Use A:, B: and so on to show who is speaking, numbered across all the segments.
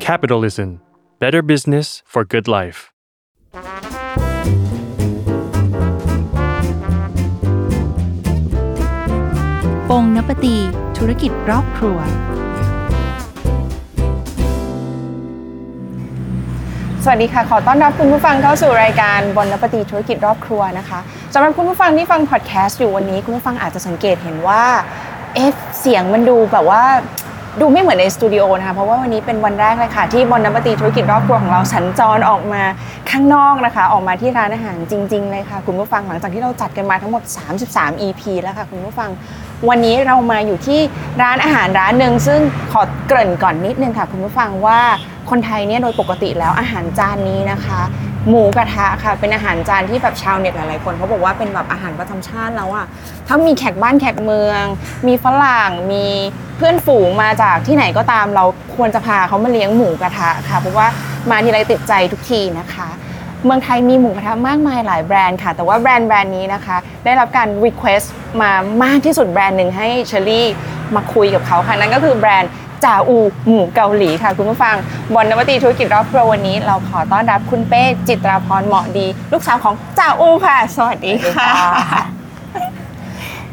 A: Capitalism Better Business for Good Life
B: ปงนปตีธุรกิจรอบครัว
C: สวัสดีค่ะ ขอต้อนรับคุณผู้ฟังเข้าสู่รายการบนนปฏิธุรกิจรอบครัวนะคะสำหรับคุณผู้ฟังที่ฟังพอดแคสต์อยู่วันนี้ คุณผู้ฟังอาจจะสังเกตเห็นว่าเอะเสียงมันดูแบบว่าดูไม่เหมือนในสตูดิโอนะคะเพราะว่าวันนี้เป็นวันแรกเลยค่ะที่บนนปฏิธุรกิจรอบครัวของเราสัญจรออกมาข้างนอกนะคะ ออกมาที่ร้านอาหารจริง ๆ เลยค่ะ คุณผู้ฟังหลังจากที่เราจัดกันมาทั้งหมด 33 EP แล้วค่ะคุณผู้ฟัง วันนี้เรามาอยู่ที่ร้านอาหารร้านหนึ่งซึ่งขอเกริ่นก่อนนิดนึงค่ะ คุณผู้ฟังว่าคนไทยเนี่ยโดยปกติแล้วอาหารจานนี้นะคะ หมูกระทะค่ะ เป็นอาหารจานที่แบบชาวเน็ตหลายๆคนเขาบอกว่าเป็นแบบอาหารประจำชาติแล้วอะถ้ามีแขกบ้านแขกเมือง มีฝรั่งมีเพื่อนฝูงมาจากที่ไหนก็ตามเราควรจะพาเขามาเลี้ยงหมูกระทะค่ะเพราะว่ามาทีไรติดใจทุกทีนะคะ เมืองไทยมีหมูกระทะมากมายหลายแบรนด์ค่ะ แต่ว่าแบรนด์แบรนด์นี้นะคะ ได้รับการรีเควสต์มามากที่สุดแบรนด์หนึ่งให้เชอรี่มาคุยกับเขาค่ะ นั่นก็คือแบรนด์จ่าอูหมูเกาหลีค่ะ คุณผู้ฟังบนนวัตตีธุรกิจรอบครัววันนี้ เราขอต้อนรับคุณเป้จิตราพรเหมาะดี ลูกสาวของจ่าอูค่ะ สวัสดีค่ะ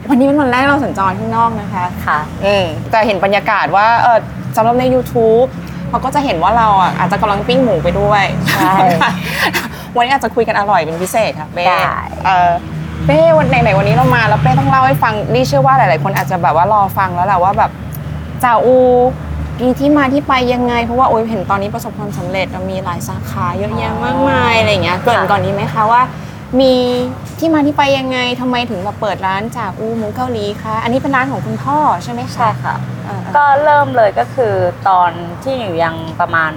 C: วันนี้เป็นวันแรกเราสัญจรข้างนอกนะคะ
D: ค่ะ
C: อืมจะเห็นบรรยากาศว่าเออสำหรับใน YouTube เขาก็จะเห็นว่าเราอ่ะอาจจะกำลังปิ้งหมูไปด้วย
D: ใช่
C: ค่ะ วันนี้อาจจะคุยกันอร่อยเป็นพิเศษค่ะเป้
D: ได้
C: เออเป้วันไหนๆวันนี้เรามาแล้วเป้ต้องเล่าให้ฟังดิเชื่อว่าหลาย ๆ คนอาจจะแบบว่ารอฟังแล้วแหละว่าแบบจ่าอูมีที่มาที่ไปยังไง เพราะว่าโอ้ยเห็นตอนนี้ประสบความสำเร็จมีหลายสาขาเยอะแยะมากมายอะไรอย่างเงี้ยเกรินก่อนดีไหมคะว่า มีที่มาที่ไปยังไงทำไมถึงมาเปิดร้านจากอูหมูเกาหลีคะอันนี้เป็นร้านของคุณพ่อใช่ไหมคะ
D: ใช่ค่ะ
C: เออ
D: ก็เริ่มเลยก็คือตอนที่อยู่ยังประมาณ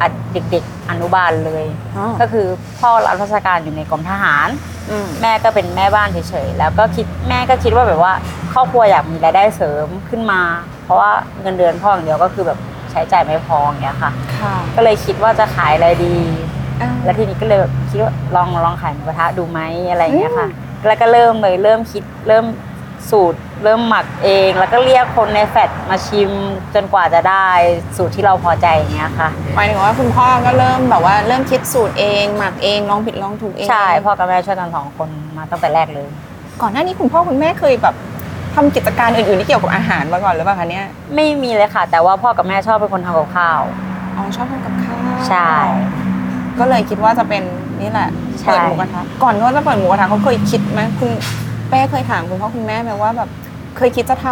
D: อ่ะเด็กๆอนุบาลเลย
C: อ๋อ
D: ก็คือพ่อรับราชการอยู่ในกรมทหาร
C: อืม
D: แม่ก็เป็นแม่บ้านเฉยๆแล้วก็คิดแม่ก็คิดว่าแบบว่าครอบครัวอยากมีรายได้เสริมขึ้นมา เพราะว่าเงินเดือนพ่ออย่างเดียวก็คือแบบใช้จ่ายไม่พออย่างเงี้ยค่ะ
C: ค่ะ
D: ก็เลยคิดว่าจะขายอะไรดี
C: อ่า
D: แล้วทีนี้ก็เลยแบบคิดว่าลองลองขายหมูกระทะดูไหมอะไรอย่างเงี้ยค่ะ แล้วก็เริ่มเลยเริ่มคิดเริ่มสูตร เริ่มหมักเอง แล้วก็เรียกคนในแฟลตมาชิมจนกว่าจะได้สูตรที่เราพอใจอย่างเงี้ยค่ะ
C: หมายถึงว่าคุณพ่อก็เริ่มแบบว่าเริ่มคิดสูตรเองหมักเองลองผิดลองถูกเอง
D: ใช่พ่อกับแม่ช่วยกันสองคนมาตั้งแต่แรกเลย
C: ก่อนหน้านี้คุณพ่อคุณแม่เคยแบบทำกิจการอื่นๆที่เกี่ยวกับอาหารมาก่อนหรือเปล่าคะเนี่ย
D: ไม่มีเลยค่ะ แต่ว่าพ่อกับแม่ชอบเป็นคนทำกับข้าว
C: อ๋อชอบทำกับข้าว
D: ใช่
C: ก็เลยคิดว่าจะเป็นนี่แหละ
D: ใช่
C: เปิดหมูกระทะก่อนที่เขาจะเปิดหมูกระทะเขาเคยคิดไหมคุณแป้เคยถามคุณพ่อคุณแม่ไหมว่าแบบเคยคิดจะท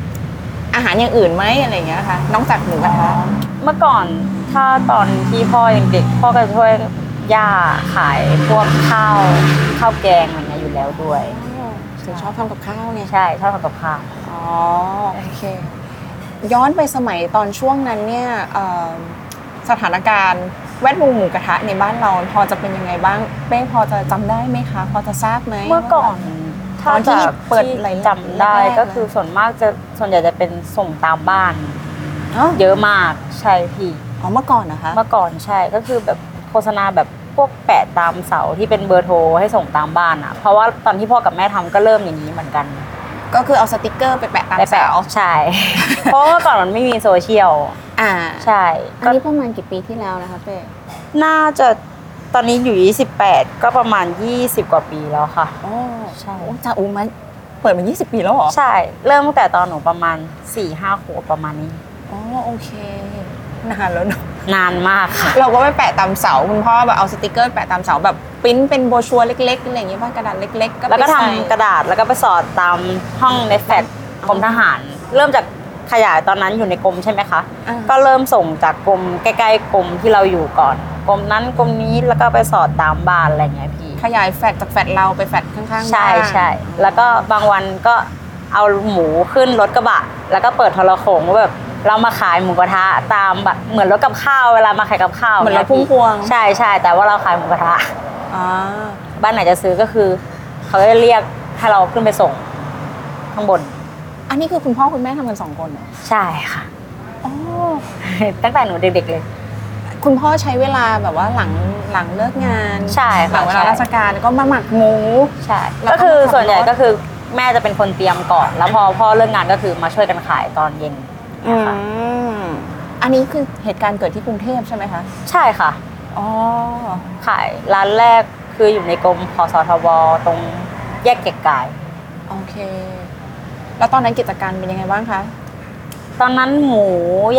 C: ำอาหารอย่างอื่นไหมอะไรอย่างเงี้ยค่ะนอกจากหมูกระทะ
D: เมื่อก่อนถ้าตอนที่พ่อยังเด็กพ่อก็ช่วยย่าขายพวกข้าวข้าวแกงอะไรเงี้ยอยู่แล้วด้วย
C: ถึงชอบทำกับข้าวไง
D: ใช่ชอบทำกับข้าว
C: อ๋อโอเคย้อนไปสมัยตอนช่วงนั้นเนี่ยเอ่อสถานการณ์แวดวงหมูกระทะในบ้านเราพอจะเป็นยังไงบ้างเป้พอจะจำได้ไหมคะ พอจะทราบไหม
D: เมื่อก่อน
C: ตอ
D: ถ้าน
C: ที่
D: จะ
C: เปิดหลายๆ
D: จำได้
C: แรกๆ
D: ก็คือ
C: นะ
D: ส่วนมากจะส่วนใหญ่จะเป็นส่งตามบ้าน
C: อ๋อ
D: เยอะมากใช่พี่
C: อ๋อเมื่อก่อนนะคะ
D: เมื่อก่อนใช่ก็คือแบบโฆษณาแบบพวกแปะตามเสาที่เป็นเบอร์โทรให้ส่งตามบ้านอ่ะ เพราะว่าตอนที่พ่อกับแม่ทำก็เริ่มอย่างนี้เหมือนกัน
C: ก็คือเอาสติกเกอร์ไปแปะตาม
D: ได้แปะ
C: เสา
D: ใช่ เพราะว่าเมื่อก่อนมันไม่มีโซเชียล
C: อ่า
D: ใช่
C: อัน
D: ก็
C: นี้ประมาณกี่ปีที่แล้วนะคะเป้
D: น่าจะตอนนี้อยู่ 28 ก็ประมาณ 20 กว่าปีแล้วค่ะ
C: โอ้
D: ใช่
C: โอ้จะอูมันเปิดมา 20 ปีแล้วเหรอ
D: ใช่เริ่มตั้งแต่ตอนหนูประมาณ4-5ขวบประมาณนี้
C: อ๋อโอเคนานแล้วเนอะ
D: นานมากค่ะ
C: เราก็ไปแปะตามเสาคุณพ่อแบบเอาสติกเกอร์แปะตามเสาแบบปริ้นเป็นโบรชัวร์เล็กๆอะไรอย่างเงี้ยบ้างกระดาษเล็กๆ ก็
D: แล้วก็
C: ไป
D: ทำ
C: ใส่
D: กระดาษแล้วก็ไปสอดตามห้องในแฟลตกรมทหาร เริ่มจากขยายตอนนั้นอยู่ในกรมใช่ไหมคะ
C: อ่า
D: ก็เริ่มส่งจากกรมใกล้ๆกรมที่เราอยู่ก่อนกรมนั้นกรมนี้แล้วก็ไปสอดตามบ้านอะไรอย่างเงี้ยพี่
C: ขยายแฟลตจากแฟลตเราไปแฟลตข้างๆ
D: ใช่
C: บ้าน
D: ใช่แล้วก็บางวันก็เอาหมูขึ้นรถกระบะ แล้วก็เปิดโทรโขงว่าแบบเรามาขายหมูกระทะตามแบบเหมือนรถกับข้าวเวลามาขายกับข้าว
C: เหมือนเรา
D: ย
C: พุ่ง
D: พี่
C: พวง
D: ใช่ใช่แต่ว่าเราขายหมูกระทะ
C: อ่า
D: บ้านไหนจะซื้อก็คือ เขาจะเรียกให้เราขึ้นไปส่งข้างบน
C: อันนี้คือคุณพ่อคุณแม่ทำกันสองคนเหรอ
D: ใช่ค่ะ
C: อ๋อ
D: ตั้งแต่หนูเด็กๆเลย
C: คุณพ่อใช้เวลาแบบว่าหลังหลังเลิกงาน
D: ใช่
C: หลัง
D: ค่ะ
C: เวลา
D: ใช่
C: ราชการก็มาหมักหมู
D: ใช่
C: แล้ว
D: ก็คือ
C: ต้องมาขับรถ
D: ส่วนใหญ่ก็คือแม่จะเป็นคนเตรียมก่อน แล้วพอพ่อเลิกงานก็คือมาช่วยกันขายตอนเย็น
C: อืม นนี้คือเหตุการณ์เกิดที่กรุงเทพใช่ไหมคะ
D: ใช่ค่ะ
C: อ๋อ
D: ขายร้านแรกคืออยู่ในกรมพสทบตรงแยกเกียรติกาย
C: โอเค แล้วตอนนั้นกิจการเป็นยังไงบ้างคะ
D: ตอนนั้นหมู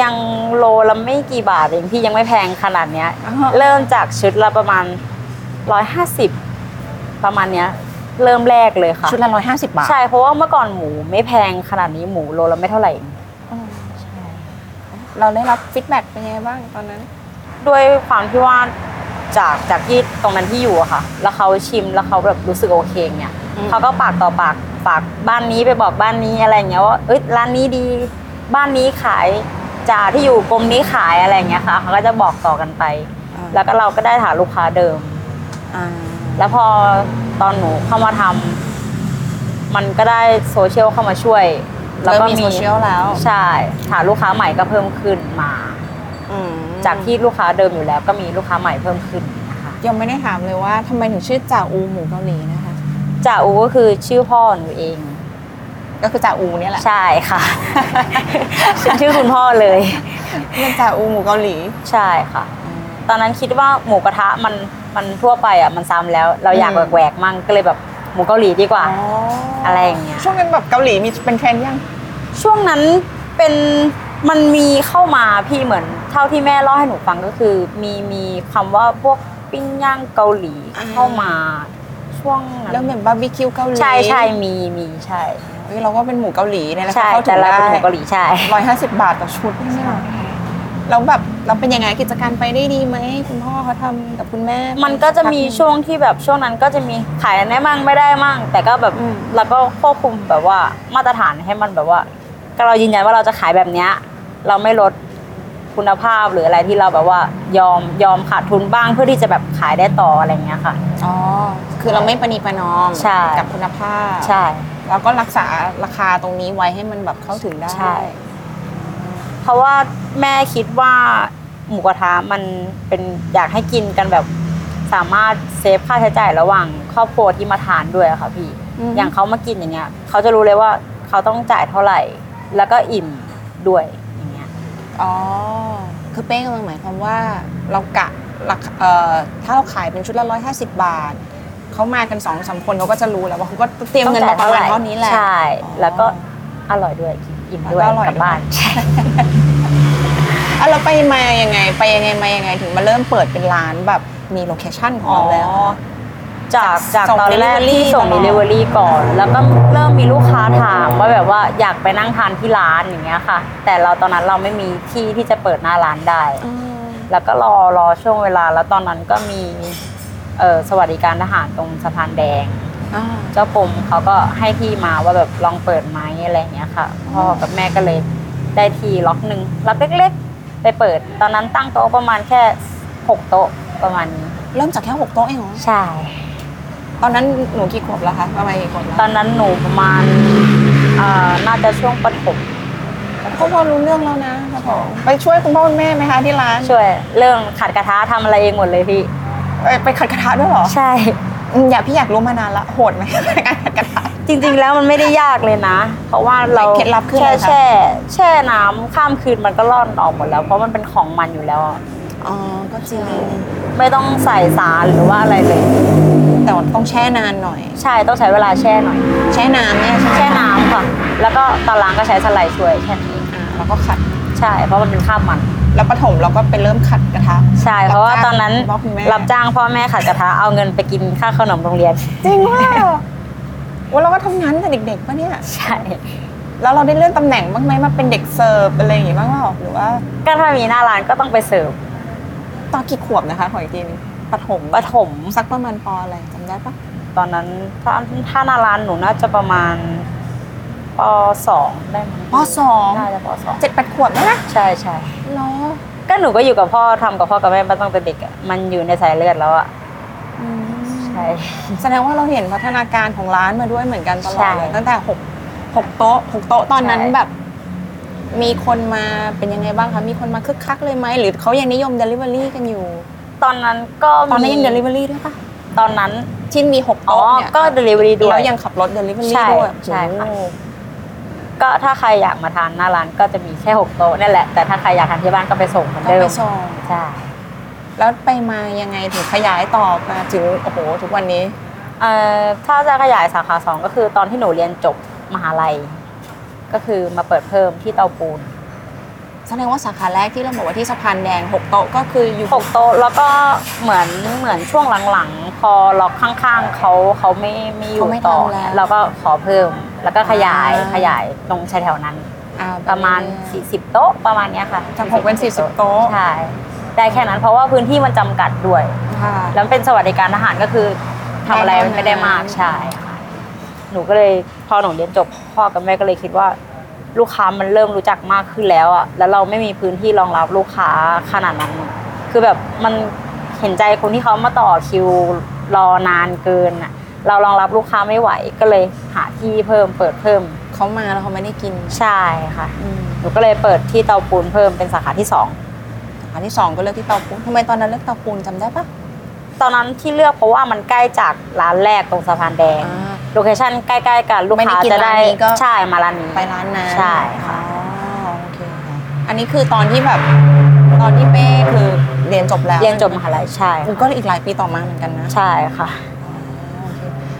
D: ยังโลละไม่กี่บาทเองพี่ยังไม่แพงขนาดเนี้ย
C: แล้ว
D: เริ่มจากชุดละประมาณ 150 ประมาณเนี้ย เริ่มแรกเลยค่ะ
C: ชุดละร้อยห้าสิบบาท
D: ใช่เพราะว่าเมื่อก่อนหมูไม่แพงขนาดนี้หมูโลละไม่เท่าไหร่เอง
C: อ๋อเราได้รับฟีดแบ็กเป็นยังไงบ้างตอนนั้น
D: ด้วยความที่ว่าจากจากที่ตรงนั้นที่อยู่อะค่ะ แล้วเขาชิมแล้วเขาแบบรู้สึกโอเคเนี่ย
C: อืม
D: เขาก็ปากต่อปากฝากบ้านนี้ไปบอกบ้านนี้อะไรอย่างเงี้ยว่าเอ้ยร้านนี้ดี บ้านนี้ขายจ่าที่อยู่กรมนี้ขายอะไรอย่างเงี้ยค่ะเขาก็จะบอกต่อกันไป แล้วก็เราก็ได้หาลูกค้าเดิม
C: อ่า
D: แล้วพอตอนหนูเข้ามาทำมันก็ได้โซเชียลเข้ามาช่วยแล้ว
C: เริ่ม
D: ก็
C: มีโซเชียลแล้ว
D: ใช่ฐานลูกค้าใหม่ก็เพิ่มขึ้นมา
C: อืม
D: จากที่ลูกค้าเดิมอยู่แล้ว ก็มีลูกค้าใหม่เพิ่มขึ้นนะคะ
C: ยังไม่ได้ถามเลยว่าทำไมถึงชื่อจ่าอูหมูเกาหลีนะคะ
D: จ่าอูก็คือชื่อพ่อหนูเอง
C: ก็คือจ่าอูเนี่ยแหละ
D: ใช่ค่ะ ชื่อคุณพ่อเลย
C: เป็นจ่าอูหมูเกาหลี
D: ใช่ค่ะ ตอนนั้นคิดว่าหมูกระทะมันมันทั่วไปอ่ะมันซ้ำแล้ว เราอยากแหวกๆมั่งก็เลยแบบหมูเกาหลีดีกว่า อะไรอย่างเงี้ย
C: ช่วงนั้นแบบเกาหลีมีเป็นเทรนด์ยัง
D: ช่วงนั้นเป็นมันมีเข้ามาพี่เหมือนเท่าที่แม่เล่าให้หนูฟังก็คือ มีมีคำว่าพวกปิ้งย่างเกาหลี
C: อ่า
D: เข้ามาช่วงนั้น
C: เริ่มเป็นบาร์บีคิวเกาหลี
D: ใช่ใช่มีมีใช่
C: เฮ้ยเราก็เป็นหมูเกาหลีเนี่ยนะคะ
D: ใช่
C: เข้าถึ
D: แต่
C: ง
D: เรา
C: ได้
D: เป็นหมูเกาหลีใช่
C: ร้อยห้าสิบบาทต่อชุดเนี่ยแล้วแบบเราเป็นยังไงกิจการไปได้ดีไหมคุณพ่อเขาทำกับคุณแม่
D: มันก็จะมีช่วงที่แบบช่วงนั้นก็จะมีขายได้มั่งไม่ได้มั่ง แต่ก็แบบ
C: อืม
D: เราก็ควบคุมแบบว่ามาตรฐานให้มันแบบว่าเรายืนยันว่าเราจะขายแบบเนี้ยเราไม่ลดคุณภาพหรืออะไรที่เราแบบว่ายอมยอมขาดทุนบ้างเพื่อที่จะแบบขายได้ต่ออะไรอย่างเงี้ยค่ะ
C: อ๋อคือเราไม่ประนีประนอม
D: ใช่
C: กับคุณภาพ
D: ใช่
C: แล้วก็รักษาราคาตรงนี้ไว้ให้มันแบบเข้าถึงได้
D: ใช่ เพราะว่าแม่คิดว่าหมูกระทะมันเป็นอยากให้กินกันแบบสามารถเซฟค่าใช้จ่ายระหว่างครอบครัวที่มาทานด้วยอะค่ะพี่
C: อืม
D: อย่างเขามากินอย่างเงี้ยเขาจะรู้เลยว่าเขาต้องจ่ายเท่าไหร่ แล้วก็อิ่มด้วยอย่างเงี้ย
C: อ๋อ คือเป้กำลังหมายความว่าเรากะราคาเอ่อถ้าเราขายเป็นชุดละร้อยห้าสิบบาท เขามากันสองสามคนเขาก็จะรู้แล้วว่าเขาก็เตรียมเงินมาประมาณเท่านี้แหละ
D: ใช่
C: อ๋อ
D: แล้วก็อร่อยด้วยอิ่มด้วย
C: แล้วก็อร่อย
D: กลับบ้าน
C: ด้วย อ่ะเราไปมายังไง ไปยังไงมายังไงถึงมาเริ่มเปิดเป็นร้านแบบมีโลเคชั่นของเราแล้ว
D: อ๋อจากจาก
C: ส่ง
D: ตอนแรก
C: delivery
D: ที่ส่ง
C: ตลอด
D: delivery ก่อน แล้วก็เริ่มมีลูกค้าถามว่าแบบว่าอยากไปนั่งทานที่ร้านอย่างเงี้ยค่ะ แต่เราตอนนั้นเราไม่มีที่ที่จะเปิดหน้าร้านได้ แล้วก็รอรอช่วงเวลาแล้วตอนนั้นก็มีเออสวัสดิการทหารตรงสะพานแดง
C: อ่า
D: เจ้ากรมเขาก็ให้ที่มาว่าแบบลองเปิดไหมอะไรอย่างเงี้ยค่ะพ่อกับแม่ก็เลยได้ที่ล็อกหนึ่งล็อกเล็กๆ ไปเปิด ตอนนั้นตั้งโต๊ะประมาณแค่หกโต๊ะประมาณนี้
C: เริ่มจากแค่หกโต๊ะเองเหรอ
D: ใช่
C: ตอนนั้นหนูกี่ขวบแล้วคะประมาณกี่ขวบแล้ว
D: ตอนนั้นหนูประมาณเอ่อน่าจะช่วงปฐม
C: เขาพอรู้เรื่องแล้วนะครับผมไปช่วยคุณพ่อคุณแม่ไหมคะที่ร้าน
D: ช่วยเรื่องขัดกระทะทำอะไรเองหมดเลยพี่
C: เอ้ยไปขัดกระทะด้วยเหรอ
D: ใช่
C: อืมอยากพี่อยากรู้มานานละโหดไหม การขัดกระทะ
D: จริงๆแล้วมันไม่ได้ยากเลยนะ เพราะว่าเรา
C: เคล็ดลับคืออะไรคะ
D: แช่แช่แช่น้ำข้ามคืนมันก็ร่อนออกหมดแล้ว เพราะมันเป็นของมันอยู่แล้วอะ
C: อ๋อ ก็จริง
D: ไม่ต้องใส่สารหรือว่าอะไรเลย
C: แต่ว่าต้องแช่นานหน่อย
D: ใช่ต้องใช้เวลาแช่หน่อย
C: แช่น้ำเนี่ยใช่ไหม
D: แช่น้ำค่ะ แล้วก็ตอนล้างก็ใช้สไลด์ช่วยแค่นี้
C: อ่าแล้วก็ขัด
D: ใช่ เพราะมันเป็นข้ามมัน
C: แล้วปฐมเราก็ไปเริ่มขัดกระทะ
D: ใช่ เพราะว่าตอนนั้น
C: รับจ้างคุณแม่
D: รับจ้างพ่อแม่ขัดกระทะเอาเงินไปกินค่าขนมโรงเรียน
C: จริงว่า ว่าเราก็ทำงานตั้งแต่เด็กๆปะเนี่ย
D: ใช่
C: แล้วเราได้เลื่อนตำแหน่งบ้างไหมมาเป็นเด็กเสิร์ฟอะไรอย่างงี้บ้างเปล่าหรือว่า
D: ก็ถ้ามีหน้าร้านก็ต้องไปเสิร์ฟ
C: ตอนกี่ขวบนะคะขออีกทีนึงปฐม
D: ปฐม
C: สักประมาณปออะไรจำได้ปะ
D: ตอนนั้นถ้าถ้าหน้าร้านหนูน่าจะประมาณปสองได้ไหม
C: ปสอง
D: น่าจะปสอง
C: เจ็ดแปดขวบแล้วนะ
D: ใช่ใช่
C: เหรอ
D: ก็หนูก็อยู่กับพ่อทำกับพ่อกับแม่มาตั้งแต่เด็กอะมันอยู่ในสายเลือดแล้วอ่ะ
C: อืม
D: ใช่
C: แสดงว่าเราเห็นพัฒนาการของร้านมาด้วยเหมือนกันตลอ
D: ใช่
C: ดเลยตั้งแต่หกหกโต๊ะหกโต๊ะตอนนั้น
D: ใช่
C: แบบ มีคนมาเป็นยังไงบ้างคะมีคนมาคึกคักเลยไหมหรือเขายังนิยม Delivery กันอยู่
D: ตอนนั้นก็มี
C: ตอนนั้นยัง Delivery ด้วยปะ
D: ตอนนั้น
C: ที่มีหก
D: อ๋อ
C: โต๊ะเนี่ย
D: ก็ delivery ด้วย
C: แล้วยังขับรถ Delivery
D: ใช่
C: ด้วย
D: ใช่ค่ะ
C: โอ้โห
D: ก็ถ้าใครอยากมาทานหน้าร้านก็จะมีแค่หกโต๊ะนั่นแหละแต่ถ้าใครอยากทานที่บ้านก็ไปส่งเหมือน
C: ต้อง
D: เดิม
C: ไปส่ง
D: ใช่
C: แล้วไปมายังไงถึงขยายต่อมาถึงโอ้โหทุกวันนี้
D: เอ่อถ้าจะขยายสาขาสองก็คือตอนที่หนูเรียนจบมหาลัย ก็คือมาเปิดเพิ่มที่เตาปูน
C: แสดงว่าสาขาแรกที่เราบอกว่าที่สะพานแดงหกโต๊ะก็คืออยู่
D: หกโต๊ะแล้วก็เหมือนเหมือนช่วงหลังๆ พอล็อกข้างๆเขาเขาไม่ไม่อยู่ต่อเราก็ขอเพิ่มแล้วก็ขยายขยายตรงชายแถวนั้น
C: อ่
D: ประมาณ 40 โต๊ะประมาณเนี้ยค่ะ
C: จากหกเป็นสี่สิบโต๊ะ
D: ใช่ได้แค่นั้นเพราะว่าพื้นที่มันจำกัดด้วย
C: ค่ะ
D: แล้วเป็นสวัสดิการทหารก็คือทำอะไร
C: ได้เท่านั้น
D: ไม่ได้มากใช่ค่ะหนูก็เลยพอหนูเรียนจบพ่อกับแม่ก็เลยคิดว่า ลูกค้ามันเริ่มรู้จักมากขึ้นแล้วอ่ะแล้วเราไม่มีพื้นที่รองรับลูกค้าขนาดนั้น คือแบบมันเห็นใจคนที่เขามาต่อคิวรอนานเกินอ่ะเรารองรับลูกค้าไม่ไหวก็เลยหาที่เพิ่มเปิดเพิ่ม
C: เขามาแล้วเขาไม่ได้กิน
D: ใช่ค่ะ
C: อืม
D: หนูก็เลยเปิดที่เตาปูนเพิ่มเป็นสาขาที่
C: สาขาที่สองก็เลือกที่เตาปูนทำไมตอนนั้นเลือกเตาปูนจำได้ปะ
D: 2 ตอนนั้นที่เลือกเพราะว่ามันใกล้จากร้านแรกตรงสะพานแดง
C: อ่า
D: โลเคชั่นใกล้ๆกันลูก
C: ไม่ได้
D: ค้า
C: กิน
D: จะได้
C: ร้านนี้ก็
D: ใช่มาร้านนี้
C: ไปร้านนั้น
D: ใช่ค่ะ
C: อ๋อโอเคค่ะอันนี้คือตอนที่แบบตอนที่เป้คือเรียนจบแล้ว
D: เรียนจบมหาลัยใช่
C: คือก็อีกหลายปีต่อมาเหมือนกันนะ
D: ใช่ค่ะ
C: อ๋อโอเค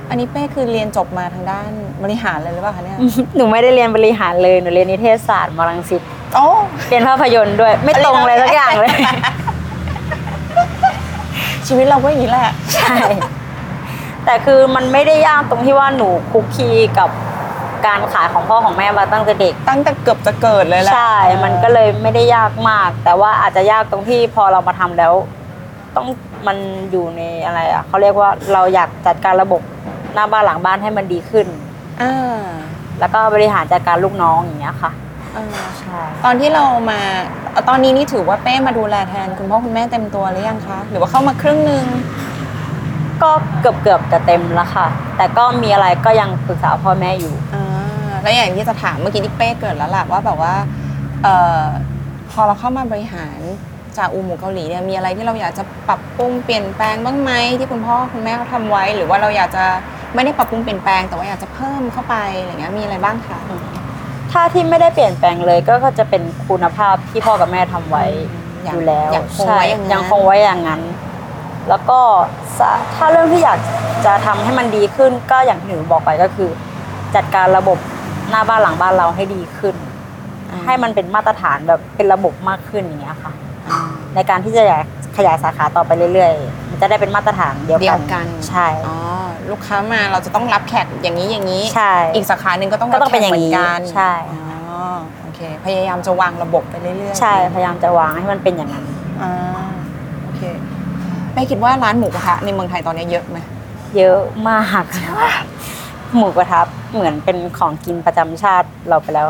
C: อันนี้เป้คือเรียนจบมาทางด้านบริหารเลยหรือเปล่าคะเนี่ย
D: หนูไม่ได้เรียนบริหารเลยหนูเรียนนิเทศศาสตร์มรังสิต
C: โอ้
D: เรียนภาพยนตร์ด้วยไม่ตรงเลยสักอย่างเลย
C: ชีวิตเราก็อย่างนี้แหละ
D: ใช่ แต่คือมันไม่ได้ยากตรงที่ว่าหนูคุกคีกับการขายของพ่อของแม่มาตั้งแต่เด็ก
C: ตั้งแต่เกือบจะเกิดเลยแหละ
D: ใช่ มันก็เลยไม่ได้ยากมาก แต่ว่าอาจจะยากตรงที่พอเรามาทำแล้ว ต้องมันอยู่ในอะไรอ่ะเขาเรียกว่าเราอยากจัดการระบบหน้าบ้านหลังบ้านให้มันดีขึ้น
C: อ่า
D: แล้วก็บริหารจัดการลูกน้องอย่างเงี้ยค่ะ
C: อ่า
D: ใช่
C: ตอนที่เรามาตอนนี้นี่ถือว่าเป้มาดูแลแทนคุณพ่อคุณแม่เต็มตัวหรือยังคะ หรือว่าเข้ามาครึ่งหนึ่ง
D: ก็เกือบเกือบๆจะเต็มแล้วค่ะ แต่ก็มีอะไรก็ยังปรึกษาพ่อแม่อยู่
C: อ่าแล้วอย่างที่จะถามเมื่อกี้ที่เป้เกิดแล้วล่ะว่าแบบว่าเอ่อพอเราเข้ามาบริหารจากอูหมูเกาหลีเนี่ยมีอะไรที่เราอยากจะปรับปรุงเปลี่ยนแปลงบ้างไหมที่คุณพ่อคุณแม่เขาทำไว้ หรือว่าเราอยากจะไม่ได้ปรับปรุงเปลี่ยนแปลงแต่ว่าอยากจะเพิ่มเข้าไปอะไรเงี้ยมีอะไรบ้างคะ
D: ถ้าที่ไม่ได้เปลี่ยนแปลงเลยก็ก็จะเป็นคุณภาพที่พ่อกับแม่ทำไว้
C: อยาก
D: อยู่แล้ว
C: อยากคง
D: ใช่
C: ไว้อย่างนั้น
D: ยังคงไว้อย่างนั้น แล้วก็สะถ้าเรื่องที่อยากจะทำให้มันดีขึ้น ก็อย่างที่หนูบอกไปก็คือ จัดการระบบหน้าบ้านหลังบ้านเราให้ดีขึ้น ให้มันเป็นมาตรฐานแบบเป็นระบบมากขึ้นอย่างเงี้ยค่ะ
C: อ่า
D: ในการที่จะขยายสาขาต่อไปเรื่อยๆ มันจะได้เป็นมาตรฐานเดียว
C: เดี
D: กั
C: ย
D: น
C: วกัน
D: ใช่
C: อ๋อลูกค้ามาเราจะต้องรับแขกอย่างนี้อย่างนี้
D: ใช่
C: อีกสาขาหนึ่งก็ต้อง
D: ก็ต้องเป็นอย่างนี้
C: นี้กัน
D: ใช่
C: อ๋อโอเค พยายามจะวางระบบไปเรื่อยๆ
D: ใช่ พยายามจะวางให้มันเป็นอย่างนั้น
C: อ่าโอเคไปคิดว่าร้านหมูกระทะในเมืองไทยตอนนี้เยอะไหม
D: เยอะมาก หมูกระทะเหมือนเป็นของกินประจำชาติเราไปแล้ว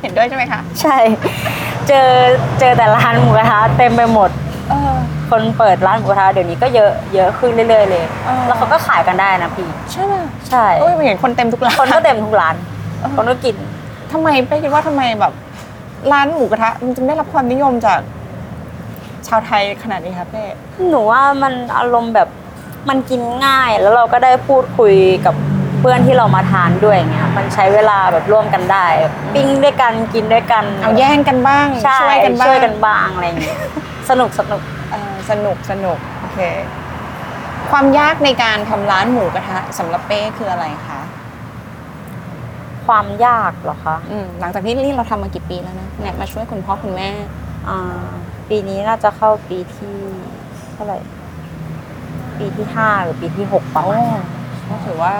C: เห็นด้วยใช่ไหมคะ
D: ใช่ เจอเจอแต่ร้านหมูกระทะเต็มไปหมด
C: เออ
D: คนเปิดร้านหมูกระทะเดี๋ยวนี้ก็เยอะเยอะขึ้นเรื่อย ๆ เลย
C: เออ
D: แล้วเขาก็ขายกันได้นะพี่
C: ใช่ป่ะ
D: ใช่
C: โอ้ยเห็นคนเต็มทุกร้าน
D: คนก็เต็มทุกร้าน คนก็กิน
C: ทำไมไปคิดว่าทำไมแบบ ร้านหมูกระทะมันจึงได้รับความนิยมจาก ชาวไทยขนาดนี้ครับเป้
D: หนูว่ามันอารมณ์แบบมันกินง่ายแล้วเราก็ได้พูดคุยกับเพื่อนที่เรามาทานด้วยอย่างเงี้ยมันใช้เวลาแบบร่วมกันได้ ปิ้งด้วยกันกินด้วยกัน
C: เอาแย่งกันบ้าง
D: ใช่
C: ช่วยกันบ้าง
D: ช่วยกันบ้างอะ ไรอย่างเงี้ย สนุกสนุก
C: เอ่อสนุกสนุกโอเค ความยากในการทำร้านหมูกระทะสำหรับเป้คืออะไรคะ
D: ความยากเหรอคะ
C: อืมหลังจากที่นี่เราทำมากี่ปีแล้วนะเนี่ยมาช่วยคุณพ่อคุณแม่
D: อ่าปีนี้น่าจะเข้าปีที่เท่าไหร่ปีที่ห้าหรือปีที่หกประ
C: โอ้
D: มาณ
C: ก็
D: นั้น
C: ถือว่า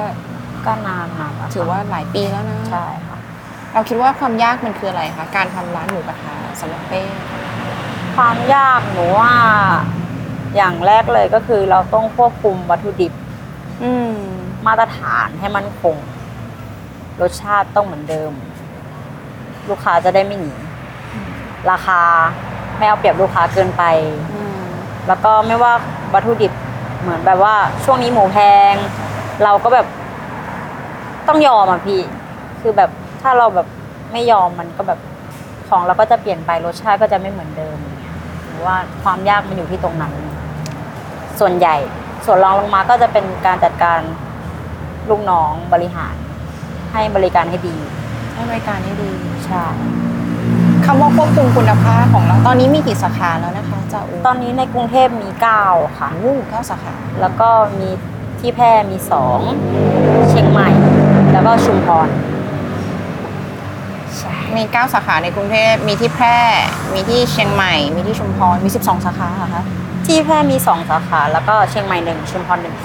D: ก็นานมาแล้วค่ะ
C: ถือว่าหลายปีแล้วนะ
D: ใช่ค่ะ
C: เราคิดว่าความยากมันคืออะไรคะการทำร้านหมูกระทะสำหรับเป้
D: ความยากหนูว่าอย่างแรกเลยก็คือเราต้องควบคุมวัตถุดิบ
C: อืม
D: มาตรฐานให้มันคง รสชาติต้องเหมือนเดิม ลูกค้าจะได้ไม่หนีราคาไม่เอาเปรียบลูกค้าเกินไป
C: อืม
D: แล้วก็ไม่ว่าวัตถุดิบเหมือนแบบว่า ช่วงนี้หมูแพง เราก็แบบต้องยอมอ่ะพี่ คือแบบถ้าเราแบบไม่ยอมมันก็แบบของเราก็จะเปลี่ยนไปรสชาติก็จะไม่เหมือนเดิมอย่างเงี้ยหรือว่าความยากมันอยู่ที่ตรงนั้น ส่วนใหญ่ส่วนรองลงมาก็จะเป็นการจัดการลูกน้องบริหาร ให้บริการให้ดี
C: อ ให้บริการได้ดี
D: ใช่
C: คำว่าควบคุมคุณภาพของเราตอนนี้มีกี่สาขาแล้วนะคะจ่าอู
D: ตอนนี้ในกรุงเทพมี 9 ค่ะ
C: โอ้เก้าสาขา
D: แล้วก็มีที่แพร่มี 2 เชียงใหม่ แล้วก็ชุมพรใช่
C: มีเก้าสาขาในกรุงเทพมีที่แพร่ มีที่เชียงใหม่ มีที่ชุมพรมี 12 สาขาเหรอคะ
D: ที่แพร่มี 2 สาขา แล้วก็เชียงใหม่หนึ่งชุมพรหนึ่ง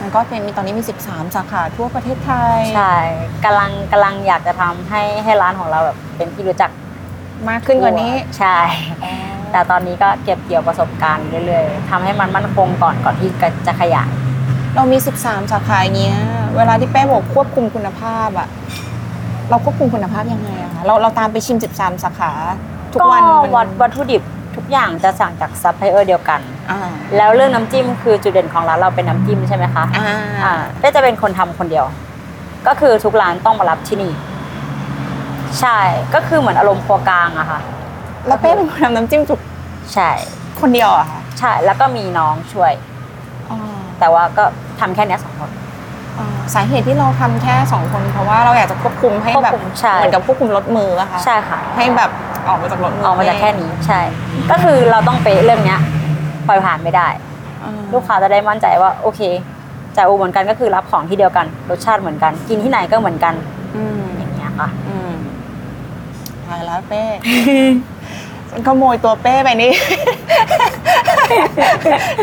C: มันก็เป็นมีตอนนี้มี 13 สาขาทั่วประเทศไทย
D: ใช่กำลังกำลังอยากจะทำให้ให้ร้านของเราแบบเป็นที่รู้จัก
C: มากขึ้นกว่านี้
D: ใช่ แต่ตอนนี้ก็เก็บเกี่ยวประสบการณ์เรื่อยๆทำให้มันมั่นคงก่อนก่อนที่จะขยาย
C: เรามี 13 สาขาอย่างเงี้ย เวลาที่แป้บอกควบคุมคุณภาพอะเราควบคุมคุณภาพยังไงอะคะ เราเราตามไปชิม 13 สาขาทุกวันมัน
D: วัดวัตถุดิบทุกอย่างจะสั่งจากซัพพลายเออร์เดียวกัน
C: อ่า
D: แล้วเรื่องน้ำจิ้มคือจุดเด่นของร้านเราเป็นน้ำจิ้มใช่ไหมคะ
C: อ่า
D: อ่าเต้จะเป็นคนทำคนเดียว ก็คือทุกร้านต้องมารับที่นี่ ใช่ก็คือเหมือนอารมณ์ครัวกลางอะค่ะ
C: แล้วเป้เป็นคนทำน้ำจิ้มทุก
D: ใช่
C: คนเดียวอะค่ะ
D: ใช่แล้วก็มีน้องช่วย
C: อ๋อ
D: แต่ว่าก็ทำแค่เนี้ยสองคน
C: อ๋อสาเหตุที่เราทำแค่ 2 คนเพราะว่าเราอยากจะควบคุมให้แบบ
D: ควบคุมใช่
C: เหมือนกับควบคุมรถมืออะค่ะ
D: ใช่ค่ะ
C: ให้แบบออกมาจากรถมือ
D: ออกมาจากแค่นี้ใช่ ก็คือเราต้องเป๊ะเรื่องเนี้ยปล่อยผ่านไม่ได้
C: อ่
D: ลูกค้าจะได้มั่นใจว่าโอเคจ่ายโอเหมือนกันก็คือรับของที่เดียวกันรสชาติเหมือนกัน กินที่ไหนก็เหมือนกัน
C: อืม
D: อย่างเงี้ยค่ะ
C: อืมตายแล้วเป้ ฉันขโมยตัวเป้ไปนี่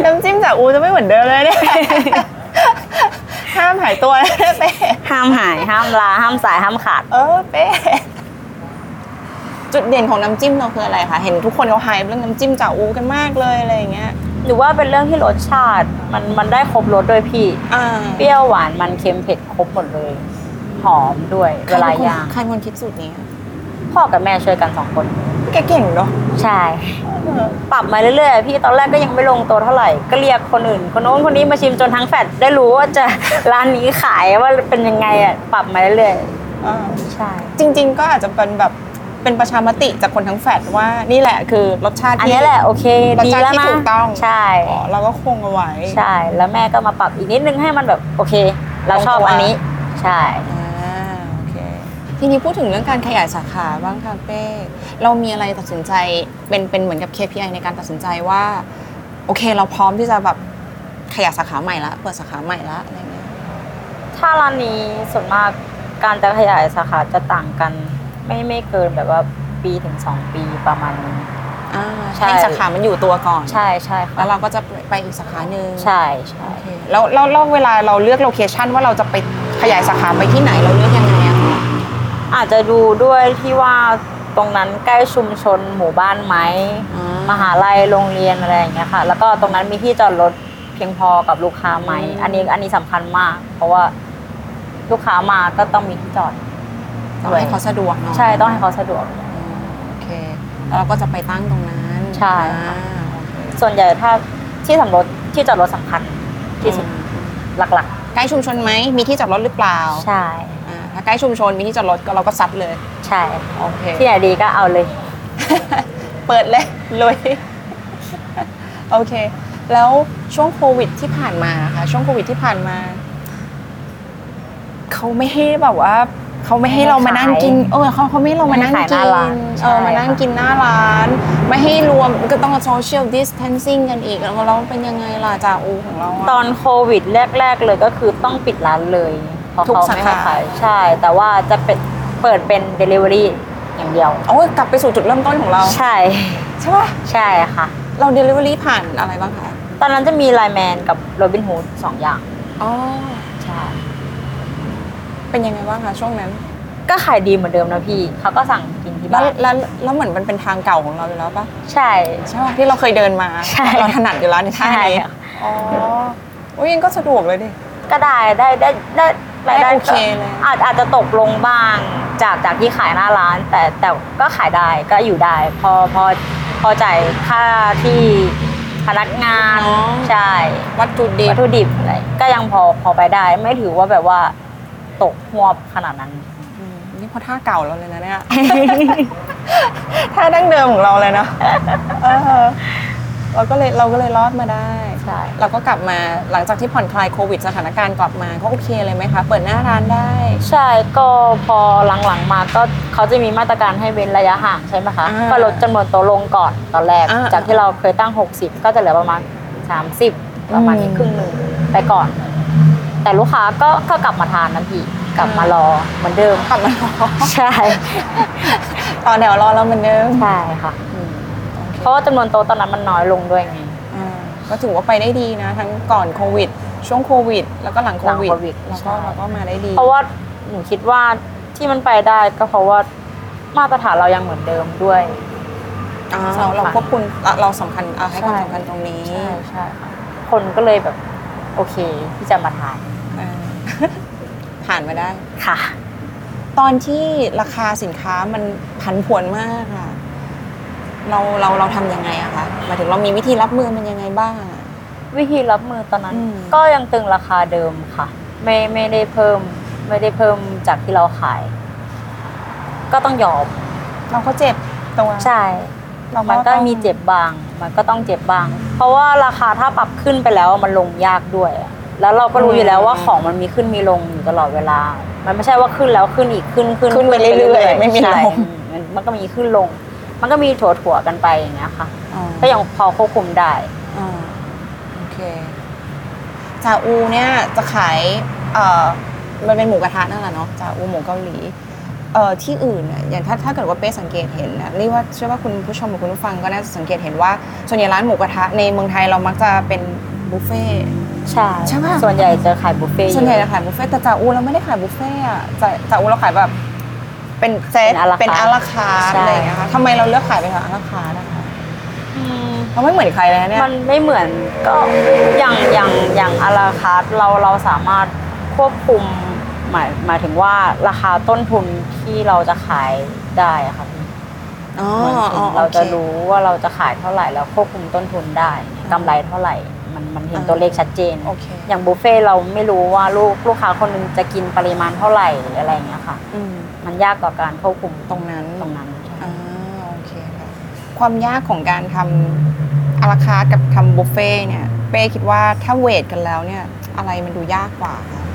C: น้ำจิ้มจากอูจะไม่เหมือนเดิมเลยเนี่ย ห้ามหายตัวนะเป้
D: ห้ามหายห้ามลาห้ามสายห้ามขาด
C: เออเป้จุดเด่นของน้ำจิ้มเราคืออะไรคะ เห็นทุกคนเขาไฮป์เรื่องน้ำจิ้มจากอูกันมากเลยอะไรอย่างเงี้ย
D: หรือว่าเป็นเรื่องที่รสชาติมันมันได้ครบรสด้วยพี่
C: อ่า
D: เปรี้ยวหวานมันเค็มเผ็ดครบหมดเลย หอมด้วยเวลาย่าง
C: ใครเป็นคนคิดสูตรนี้อะ
D: พ่อกับแม่ช่วยกันสองคน
C: แกเก่งเนาะ
D: ใช่ ปรับมาเรื่อยๆพี่ตอนแรกก็ยังไม่ลงตัวเท่าไหร่ ก็เรียกคนอื่น คนโน้นคนนี้มาชิมจนทั้งแฟดได้รู้ว่าจะ ร้านนี้ขายว่าเป็นยังไงอ่ะปรับมาเรื่อย
C: อ่า
D: ๆใช่
C: จริง ๆ ก็อาจจะเป็นแบบเป็นประชามติจากคนทั้งแฟดว่านี่แหละคือรสชาติ
D: อัน
C: ที่
D: นี้แหละโอเค
C: รส
D: ดี
C: ชาติ
D: แล้ว
C: ที่
D: นะ
C: ถูกต้อง
D: ใช่
C: อ๋อเราก็คงเอาไว้
D: ใช่แล้วแม่ก็มาปรับอีกนิดนึงให้มันแบบโอเค เราชอบ
C: ลงตัว
D: อันนี้ ใช่
C: อ่าโอเคทีนี้พูดถึงเรื่องการขยายสาขาบ้างค่ะเป้เรามีอะไรตัดสินใจเป็นเป็นเหมือนกับ KPI ในการตัดสินใจว่า โอเคเราพร้อมที่จะแบบขยายสาขาใหม่ละเปิดสาขาใหม่ละอะไรเงี้ย
D: ถ้าร้านนี้ส่วนมากการจะขยายสาขาจะต่างกัน ไม่ไม่เกินแบบว่าปีถึง 2 ปีประมาณนี้
C: อ่า
D: ใช่
C: ให้สาขามันอยู่ตัวก่อน
D: ใช่ใช่ค่ะ
C: แล้วเราก็จะไปอีกสาขาหนึ่ง
D: ใช่ใช่
C: โอเคแล้วแล้วแล้วเวลาเราเลือกโลเคชันว่าเราจะไปขยายสาขาไปที่ไหนเราเลือกยังไงอะคะ
D: อาจจะดูด้วยที่ว่าตรงนั้นใกล้ชุมชนหมู่บ้านไหม
C: อ่
D: มหาลัยโรงเรียนอะไรอย่างเงี้ยค่ะ แล้วก็ตรงนั้นมีที่จอดรถเพียงพอกับลูกค้าไหมอันนี้อันนี้สำคัญมาก เพราะว่าลูกค้ามาก็ต้องมีที่จอด
C: ต้องให้เขาสะดวกเนาะ
D: ใช่ต้องให้เขาสะดวก
C: โอเค แล้วเราก็จะไปตั้งตรงนั้น
D: ใช่
C: อ่าโอเค
D: ส่วนใหญ่ถ้าที่สำรถที่จอดรถสำคัญที่สุดหลัก
C: ใกล้ชุมชนไหม มีที่จอดรถหรือเปล่า
D: ๆ ใช่
C: อ่าถ้าใกล้ชุมชนมีที่จอดรถก็เราก็ซัดเลย
D: ใช่
C: โอเค
D: ที่ไหนดีก็เอาเลย
C: เปิดเลยเลย โอเค แล้วช่วงโควิดที่ผ่านมาค่ะ ช่วงโควิดที่ผ่านมา เขาไม่ให้แบบว่า เขาไม่ให้เรามานั่งกิน เออเขาเขาไม่ให้เรามานั่ง
D: ไม่ให้
C: กิ
D: ขายหน้าร้าน
C: เออ
D: นใช่
C: มานั่ง
D: ค่ะ
C: กินหน้าร้าน ไม่ให้รวมก็ต้อง social distancing กันอีก แล้วเราเป็นยังไงล่ะจ่าอูของเราะ
D: ตอนโควิดแรก ๆ เลยก็คือต้องปิดร้านเลยเพราะ
C: ทุก
D: เขา
C: สา
D: ไม่
C: ขา
D: ให้ขายใช่ แต่ว่าจะเป็นเปิดเป็น Delivery อย่างเดียว
C: โอ้ยกลับไปสู่จุดเริ่มต้นของเรา
D: ใช่
C: ใช่ป่ะ
D: ใช่ค่ะ
C: เรา Delivery ผ่านอะไรบ้างคะ
D: ตอนนั้นจะมีไลแมนกับโรบินฮูดสองอย่าง
C: อ๋อ
D: ใช่
C: เป็นยังไงบ้างคะช่วงนั้น
D: ก็ขายดีเหมือนเดิมนะพี่เขาก็สั่งกินที่
C: แล้
D: บ้า
C: วน แล้วแล้วเหมือนมันเป็นทางเก่าของเราอยู่แล้วป่ะ
D: ใช่
C: ใช่ป่ะที่เราเคยเดินมา
D: ใช่
C: เราถนัดอยู่แล้วในท่า
D: ใช่
C: นี้
D: ค่ะ
C: อ๋อโอ้ยยังก็สะดวกเลยดิ
D: ก็ได้ได้ได้ได้รายได้
C: ได้โอเค
D: ก็
C: เลย
D: อาจอาจจะตกลงบ้างจากจากที่ขายหน้าร้าน แต่แต่ก็ขายได้ก็อยู่ได้ พอพอพอจ่ายค่าที่พนักงานใช่
C: วัตถุดิบ
D: วัตถุดิบอะไรก็ยังพอพอไปได้ ไม่ถือว่าแบบว่าตกหัวบขนาดนั้น
C: อืมนี่เพราะท่าเก่าเราเลยนะ เนี่ย ท่าดั้งเดิมของเราเลยนะเออ เราก็เลยเราก็เลยรอดมาได้
D: ใช่
C: เราก็กลับมาหลังจากที่ผ่อนคลายโควิด สถานการณ์กลับมาก็โอเคเลยไหมคะ เปิดหน้าร้านได้
D: ใช่ก็พอหลังๆมาก็เขาจะมีมาตรการให้เว้นระยะห่างใช่ไหมคะ
C: อ่า
D: ก็ลดจำนวนโต๊ะลงก่อนตอนแรก
C: อ่า
D: จากที่เราเคยตั้ง 60 ก็จะเหลือประมาณ 30 ประมาณนี้
C: อืม
D: ครึ่งหนึ่งไปก่อน แต่ลูกค้าก็ก็กลับมาทานนั่นอีกกลับมา
C: อ่าร
D: รอเหมือนเดิม
C: กลับมาร อ
D: ใช่
C: ต่อแนวรอเราเหมือนเดิม
D: ใช่ค่ะอืมเพราะว่าจำนวนโต๊ะตอนนั้นมันน้อยลงด้วยไง
C: อ่าก็ถือว่าไปได้ดีนะ ทั้งก่อนโควิด ช่วงโควิด แล้วก็หลังโควิด
D: หลังโควิด
C: แล้ว
D: ใช่
C: ก็เราก็มาได้ดี
D: เพราะว่าหนูคิดว่าที่มันไปได้ก็เพราะว่ามาตรฐานเรายังเหมือนเดิมด้วย
C: อ่าเราเราควบคุมเราเราสำคัญอ่าให้ความ
D: ใช่
C: สำคัญตรงนี้
D: ใช่ใช่ค่ะคนก็เลยแบบโอเคที่จะมาทาน
C: อ่า ผ่านมาได้
D: ค่ะ
C: ตอนที่ราคาสินค้ามันผันผวนมากอะเราเราเราทำยังไงอะคะหมายถึงเรามีวิธีรับมือมันยังไงบ้างอะ
D: วิธีรับมือตอนนั้น
C: อืม
D: ก็ยังตึงราคาเดิมค่ะ ไม่ไม่ได้เพิ่ม ไม่ได้เพิ่มจากที่เราขาย ก็ต้องยอม
C: เราก็เจ็บตัว
D: ใช่
C: เรา
D: มันก็
C: ต้อง
D: มีเจ็บบาง มันก็ต้องเจ็บบาง เพราะว่าราคาถ้าปรับขึ้นไปแล้วมันลงยากด้วยอะแล้วเราก็รู้อยู่แล้วว่าของมันมีขึ้นมีลงอยู่ตลอดเวลา มันไม่ใช่ว่าขึ้นแล้วขึ้นอีกขึ้นขึ้น
C: ขึ้นไปเรื่อยๆไม่มีล
D: ใช่
C: ง
D: มันมันก็มีขึ้นลง มันก็มีถั่วถั่วๆกันไปอย่างเงี้ยค่ะ ก็
C: ก็
D: ยังพอควบคุมได้
C: โอเคจาอูเนี่ยจะขายเอ่อมันเป็นหมูกระทะนั่นแหละเนาะจาอูหมูเกาหลีเอ่อที่อื่นเนี่ยอย่างถ้าถ้าเกิดว่าเป้สังเกตเห็นนะเรียกว่าเชื่อว่าคุณผู้ชมหรือคุณผู้ฟังก็น่าจะสังเกตเห็นว่าส่วนใหญ่ร้านหมูกระทะในเมืองไทยเรามักจะเป็นบุฟเฟ่
D: ใช่
C: ใช่ปะ
D: ส่วนใหญ่จะขายบุฟเฟ่ต์
C: ส่วนใหญ่จะขายบุฟเฟ่ต์แต่จ่าอูเราไม่ได้ขายบุฟเฟ่ต์อะจ่าจ่าอูเราขายแบบ เป็นเซตเป็นอาราคาร์ทอะไรอย่างเงี้ยค่ะทำไมเราเลือกขายเป็นอาราคาร์ทนะคะ
D: อืม
C: เราไม่เหมือนใครเลยนะเนี่ย
D: มันไม่เหมือนก็อย่างอย่างอย่างอาราคาร์ทเราเราสามารถควบคุมหมายหมายถึงว่าราคาต้นทุนที่เราจะขายได้อะค่ะพี่
C: อ๋อ
D: เหมือน
C: อ๋อ
D: เราจะ
C: โอค
D: รู้ว่าเราจะขายเท่าไหร่แล้วควบคุมต้นทุนได้กำไรเท่าไหร่ มันมันเห็น
C: อ่า
D: ตัวเลขชัดเจน
C: โอเค
D: อย่างบุฟเฟ่ต์เราไม่รู้ว่าลูกลูกค้าคนหนึงจะกินปริมาณเท่าไหร่หรืออะไรอย่างเงี้ยค่ะ
C: อืม
D: มันยากต่อการควบคุม
C: ตรงนั้น
D: ตรงนั้น
C: อ่าโอเคค่ะความยากของการทำอาราคาร์ทกับทำบุฟเฟ่ต์เนี่ย เป้คิดว่าถ้าเวทกันแล้วเนี่ย อะไรมันดูยากกว่าคะ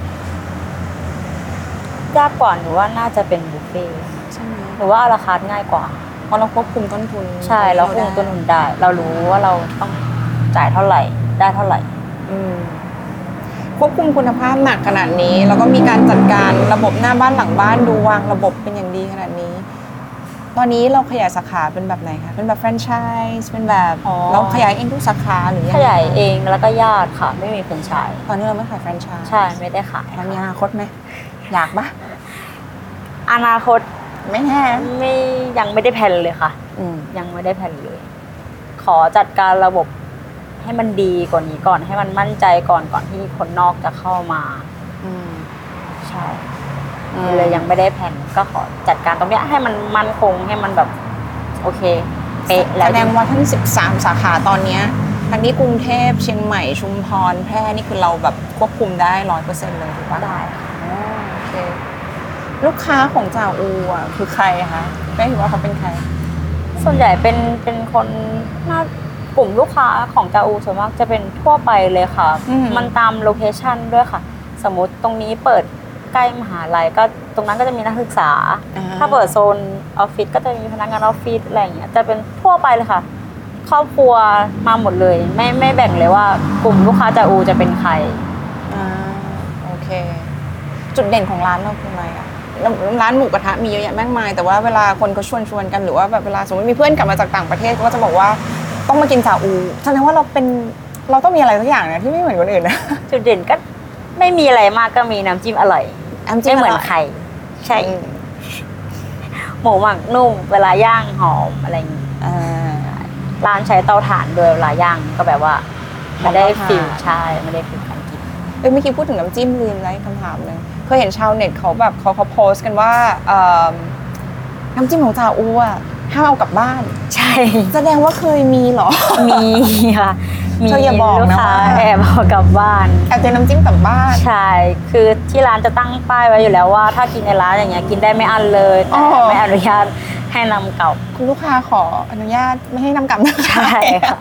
D: ยากกว่าหนูว่าน่าจะเป็นบุฟเฟ่ต์
C: ใช่ไหม
D: หนูว่าราคาง่ายกว่า
C: เพราะเราควบคุมต้นทุน
D: ใช่เราควบคุมต้นทุนได้ เรารู้ว่าเราต้องจ่ายเท่าไหร่ได้เท่าไหร่
C: อืมควบคุมคุณภาพหนักขนาดนี้ แล้วก็มีการจัดการระบบหน้าบ้านหลังบ้านดูวางระบบเป็นอย่างดีขนาดนี้ ตอนนี้เราขยายสาขาเป็นแบบไหนคะเป็นแบบแฟรนไชส์เป็นแบบ
D: อ๋อ
C: เราขยายเองทุกสาขาหรือยังไง
D: ข
C: คะ
D: ยายเองแล้วก็ญาติค่ะ ไม่มีคนใช้
C: ตอนนี้เราไม่ขายแฟรนไชส์
D: ใช่ไม่ได้ขาย
C: เรามีอนาคตไหม อยากปะ
D: อนาคต
C: ไม่แน่
D: ไม่ยังไม่ได้แผนเลยค่ะ
C: อืม
D: ยังไม่ได้แผนเลย ขอจัดการระบบให้มันดีกว่านี้ก่อนให้มันมั่นใจก่อนก่อนที่คนนอกจะเข้ามา
C: อืม
D: ใช่ เลยยังไม่ได้แผนก็ขอจัดการตรงเนี้ยให้มันมั่นคงให้มันแบบโอเคเป๊ะแล้ว
C: แสดงว่าทั้ง 13 สาขาตอนเนี้ยทั้งที่กรุงเทพเชียงใหม่ชุมพรแพร่นี่คือเราแบบควบคุมได้ร้อยเปอร์เซ็นต์เลยถูกปะ
D: ได้ค่ะ
C: อ๋อโอเค ลูกค้าของจ่าอูอ่ะคือใครอะคะได้ถือว่าเขาเป็นใคร
D: ส่วนใหญ่เป็นเป็นคนน่ากลุ่มลูกค้าของจาอูส่วนมากจะเป็นทั่วไปเลยค่ะ
C: อืม
D: มันตามโลเคชันด้วยค่ะ สมมติตรงนี้เปิดใกล้มหาลัยก็ตรงนั้นก็จะมีนักศึกษา ถ้าเปิดโซนออฟฟิศก็จะมีพนักงานออฟฟิศอะไรอย่างเงี้ยจะเป็นทั่วไปเลยค่ะ ครอบครัวมาหมดเลย ไม่ไม่แบ่งเลยว่ากลุ่มลูกค้าจาอูจะเป็นใคร
C: อ่าโอเค จุดเด่นของร้านเราคืออะไรอะร้านร้านหมูกระทะมีเยอะแยะมากมาย แต่ว่าเวลาคนเขาชวนชวนๆกันหรือว่าแบบเวลาสมมติมีเพื่อนกลับมาจากต่างประเทศก็จะบอกว่าต้องมากินจ่าอูแสดงว่าเราเป็นเราต้องมีอะไรสักอย่างนะที่ไม่เหมือนคนอื่นนะ
D: จุดเด่นก็ไม่มีอะไรมากก็มีน้ำจิ้มอร่อยไม่เหมือนใคร ใช่
C: อืม
D: หมูหมักนุ่มเวลาย่างหอมอะไรอย่างงี้
C: อ่า
D: ร้านใช้เตาถ่านด้วยเวลาย่างก็แบบว่าไม่ได้
C: ของเตาถ่าน
D: ฟิลใช่ไม่ได้ฟิลการกิน
C: เอ้ยเมื่อกี้พูดถึงน้ำจิ้มลืมได้คำถามหนึ่งเคยเห็นชาวเน็ตเขาแบบเขาเขาโพสต์กันว่าเอิ่มน้ำจิ้มของจ่าอูอะห้ามเอากลับบ้าน
D: ใช่
C: แสดงว่าเคยมีเหรอ
D: มีค่ะมี
C: เธออย่าบอกนะ
D: ลูค้า
C: ว่า
D: แอบเอากลับบ้าน
C: แอบเจอน้ำจิ้มกลับบ้าน
D: ใช่ คือที่ร้านจะตั้งป้ายไว้อยู่แล้วว่า ถ้ากินในร้านอย่างเงี้ยกินได้ไม่อั้นเลย
C: อ๋
D: แต่
C: อ
D: ไม่อนุญาตให้นำกลับ
C: คุณลูกค้าขออนุญาตไม่ให้นำกลับนะคะ
D: ใช่ค่ะ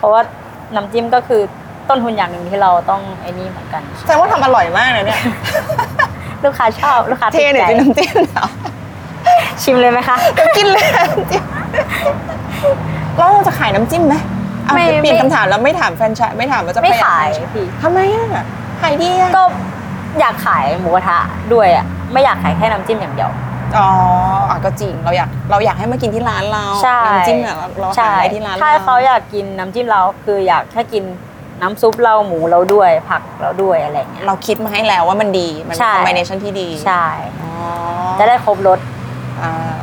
D: ราะว่าน้ำจิ้มก็คือต้นทุนอย่างหนึ่งที่เราต้องไอ้นี่เหมือนกัน
C: แสดงว่าทำอร่อยมากนะเนี่ย
D: ลูกค้าชอบลูกค้า
C: เท
D: ติด
C: เนี่ย
D: ใจ
C: เป็นน้ำจิ้มเหรอ
D: ชิมเลยไหมคะ
C: จะกินเลยน้ำจิ้มแล้วเราจะขายน้ำจิ้มไหมเอา
D: ไม่
C: เปลี่ยน
D: ไม่
C: คำถามแล้วไม่ถามแฟรนไชายไม่ถามว่าจะ
D: ไม่
C: ป
D: ขาย
C: แฟรนไช
D: พี่
C: ทำไมอ่ะขายดีอ่ะ
D: ก็อยากขายหมูกระทะด้วยอ่ะไม่อยากขายแค่น้ำจิ้มอย่างเดียว
C: อ๋ออ่ะก็จริงเราอยากเราอยากให้มากินที่ร้านเรา
D: ใช่
C: น้ำจิ้มอ่ะเราเราหา
D: ใช่
C: ได้ที่ร้านเรา
D: ถ้าเขาอยากกินน้ำจิ้มเราคืออยากแค่กินน้ำซุปเราหมูเราด้วย ผักเราด้วยอะไรอย่างเงี้ย
C: เราคิดมาให้แล้วว่ามันดี มัน
D: ใช่
C: เป็นคอมบิเนชันที่ดี
D: ใช่
C: อ๋อ
D: จะได้ครบรส
C: อ่า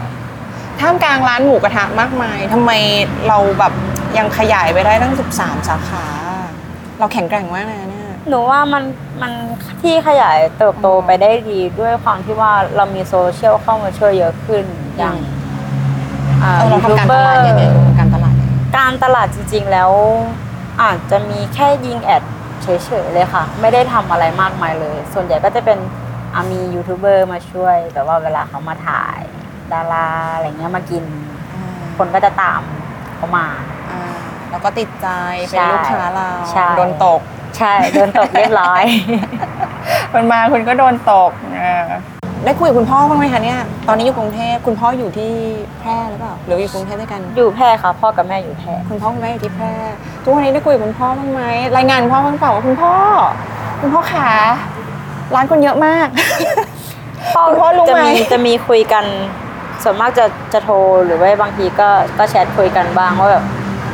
C: ท่ามกลางร้านหมูกระทะมากมายทำไมเราแบบยังขยายไปได้ตั้ง 13 สาขา เราแข็งแกร่งมากนะเนี่ย
D: หนูว่ามันมันที่ขยายเติบโตไปได้ดีด้วยความที่ว่าเรามีโซเชียลเข้ามาช่วยเยอะขึ้นอย่างอ่
C: เออเราทำการตลาดยังไง
D: ยูทูบเบอร์
C: การตลาดยังไง
D: การตลาดจริง ๆ แล้ว อาจจะมีแค่ยิงแอดเฉยๆเลยค่ะ ไม่ได้ทำอะไรมากมายเลย ส่วนใหญ่ก็จะเป็นอ่ะมียูทูบเบอร์มาช่วย แต่ว่าเวลาเขามาถ่ายดาราอะไรเงี้ยมากิน คนก็จะตามเขามา
C: อ่าแล้วก็ติดใจ เป็น
D: ใช่
C: ลูกค้าเรา
D: ใช่
C: โดนตก
D: ใช่โดนตกเรียบร้อย
C: มันมาคุณก็โดนตกเออได้คุยกับคุณพ่อบ้างไหมคะเนี่ย ตอนนี้อยู่กรุงเทพคุณพ่ออยู่ที่แพร่หรือเปล่า หรืออยู่กรุงเทพด้วยกัน
D: อยู่แพร่ค่ะพ่อกับแม่อยู่แพร่
C: คุณพ่อคุณแม่อยู่ที่แพร่ทุกวันนี้ได้คุยกับคุณพ่อบ้างไหมรายงานคุณพ่อบ้างเปล่าว่าคุณพ่อ คุณพ่อขาร้านคนเยอะมาก คุณพ่อรู้ไหม
D: จะจะมีคุยกัน ส่วนมากจะจะโทรหรือว่าบางทีก็ก็แชทคุยกันบ้างว่าแบบ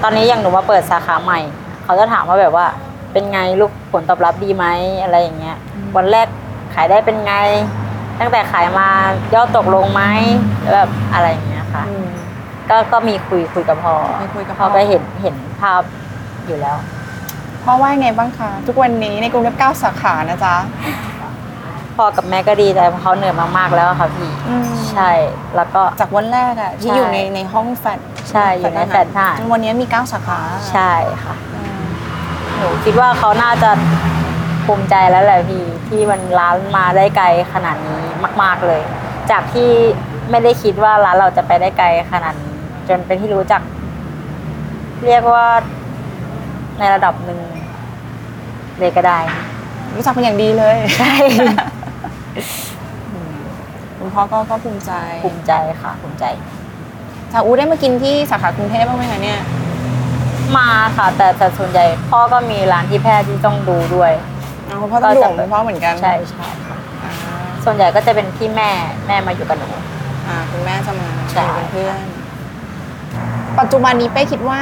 D: ตอนนี้อย่างหนูมาเปิดสาขาใหม่ เขาจะถามว่าแบบว่า เป็นไงลูกผลตอบรับดีไหมอะไรอย่างเงี้ย วันแรกขายได้เป็นไง ตั้งแต่ขายมายอดตกลงไหมแบบอะไรอย่างเงี้ยค่ะ
C: อืม
D: ก็ก็มีคุยคุยกับพ่อ
C: มีคุยกับพ่
D: พ่
C: อ
D: อก็เห็นเห็นภาพอยู่แล้ว
C: พ่อว่ายังไงบ้างคะทุกวันนี้ในกรุงเทพเก้าสาขานะจ๊ะ
D: พ่อกับแม่ก็ดีใจเพราะเขาเหนื่อยมากๆแล้วอะค่ะพี่
C: อืม
D: ใช่แล้วก็
C: จากวันแรกอะที่
D: ใช่
C: อยู่ในในห้องแฟด
D: ใช่อยู่ในแฟลตทหาร
C: จนวันนี้มีเก้าสาขา
D: ใช่ค่ะ
C: อืม
D: หนูคิดว่าเขาน่าจะภูมิใจแล้วแหละพี่ที่มันร้านมาได้ไกลขนาดนี้มาก ๆเลย จากที่ไม่ได้คิดว่าร้านเราจะไปได้ไกลขนาดนี้จนเป็นที่รู้จัก เรียกว่าในระดับหนึ่งเลยก็ได้
C: รู้จักเป็นอย่างดีเลย
D: ใช่
C: คุณพ่อก็ก็ภูมิใจ
D: ภูมิใจค่ะภูมิใจ
C: จาอูได้มากินที่สาขากรุงเทพบ้างไหมคะเนี่ย
D: มาค่ะ แต่แต่ส่วนใหญ่พ่อก็มีร้านที่แพทย์ที่ต้องดูด้วย
C: อ๋อคุณพ่อต้องดูของคุณพ่อเหมือนกัน
D: ใช่ใช่ค่ะ
C: อ่า
D: ส่วนใหญ่ก็จะเป็นพี่แม่แม่มาอยู่กับหนู
C: อ่าคุณแม่จะมา
D: ใช่
C: อยู่เป็นเพื่อน ปัจจุบันนี้เป้คิดว่า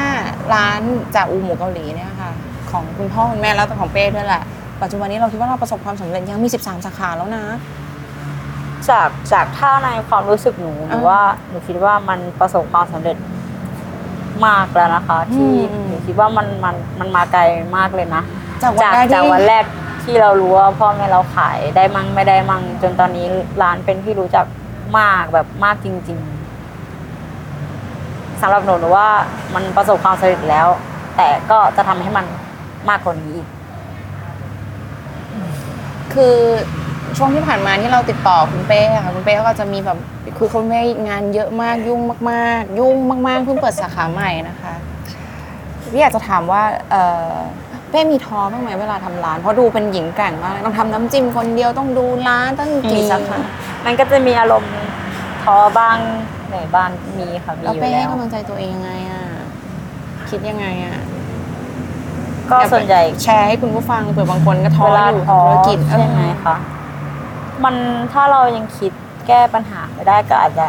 C: ร้านจากอูหมูเกาหลีเนี่ยค่ะ ของคุณพ่อคุณแม่แล้วแต่ของเป้ด้วยแหละ ปัจจุบันนี้เราคิดว่าเราประสบความสำเร็จยังมี 13 สาขาแล้วนะ
D: จากจากถ้าในความรู้สึกหนูห
C: อ่า
D: นูว่าหนูคิดว่ามันประสบความสำเร็จมากแล้วนะคะ ที่
C: อืมอืม
D: หนูคิดว่ามันมันมันมาไกลมากเลยนะ
C: จากวัน
D: จา
C: แรก
D: กจาก
C: ที่
D: วันแรกที่เรารู้ว่าพ่อแม่เราขายได้มั่งไม่ได้มั่งจนตอนนี้ร้านเป็นที่รู้จักมากแบบมากจริง ๆสำหรับหนูหนูว่ามันประสบความสำเร็จแล้ว แต่ก็จะทำให้มันมากกว่านี้อีก
C: คือช่วงที่ผ่านมาที่เราติดต่อคุณเป้อะค่ะคุณเป้ก็จะมีแบบคือคุณเป้งานเยอะมากยุ่งมากๆ ยุ่งมากๆเพิ่งเปิดสาขาใหม่นะคะพี่อยากจะถามว่าเอ่อเป้มีท้อบ้างไหมเวลาทำร้าน เพราะดูเป็นหญิงแกร่งมากต้องทำน้ำจิ้มคนเดียวต้องดูร้านตั้งกี่สาขา
D: มันก็จะมีอารมณ์ท้อบ้างเหนื่อยบ้างมีค่ะมี
C: แล้ว
D: อยู่
C: เป้ให้
D: แล้ว
C: กำลังใจตัวเองยังไงอ่ะคิดยังไงอ่ะ
D: ก็ส่วนใหญ่
C: แชร์ให้คุณผู้ฟังเผื่อบางคนก็ท้อ
D: เวลา
C: อยู่
D: ท้
C: กับธุร
D: อ
C: กิจ
D: ใช่ไหมคะมันถ้าเรายังคิดแก้ปัญหาไม่ได้ก็อาจจะ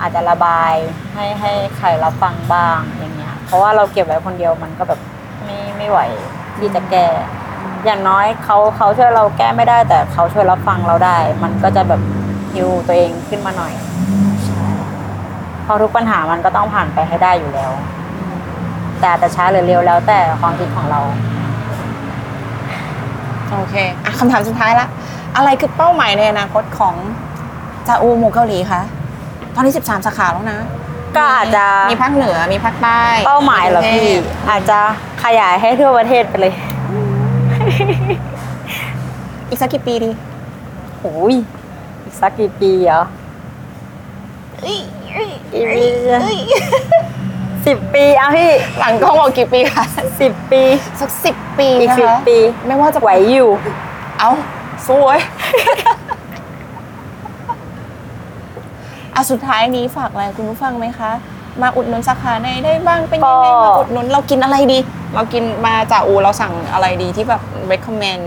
D: อาจจะระบายให้ให้ใครรับฟังบ้างอย่างเงี้ย เพราะว่าเราเก็บไว้คนเดียวมันก็แบบไม่ไม่ไหวที่จะแก้อย่างน้อยเขาเขาช่วยเราแก้ไม่ได้ แต่เขาช่วยรับฟังเราได้ มันก็จะแบบฮิวตัวเองขึ้นมาหน่อยใช่เพราะทุกปัญหามันก็ต้องผ่านไปให้ได้อยู่แล้ว แต่อาจจะช้าหรือเร็วแล้วแต่ความคิดของเรา
C: โอเคอ่ะคำถามสุดท้ายละอะไรคือเป้าหมายในอนาคตของจาอูหมูเกาหลีคะตอนนี้ 13 สาขาแล้วนะ
D: ก็อาจจะ
C: มีภาคเหนือ มีภาคใต้
D: เป้าหมายเหรอก
C: งท
D: พี่
C: พ
D: อาจจะขยายให้ทั่วประเทศไปเลย
C: อีกสักกี่ปีดี
D: โอ้ยอีกสักกี่ปีเหรออีก สิบปีเอาพี่
C: หลังกล้องบอกกี่ปีคะ
D: สิบปี
C: สักสิบปี
D: อีก
C: นะ
D: สิบ
C: คะ
D: ปี
C: ไม่ว่าจะ
D: ไหวอยู่
C: เอาสวยอ่ะสุดท้ายนี้ฝากอะไรคุณผู้ฟังไหมคะ มาอุดหนุนสาขาไหนได้บ้างเป็นยังไง
D: ก็
C: มาอุดหนุนเรากินอะไรดี เรากินมาจากอูเราสั่งอะไรดีที่แบบ recommend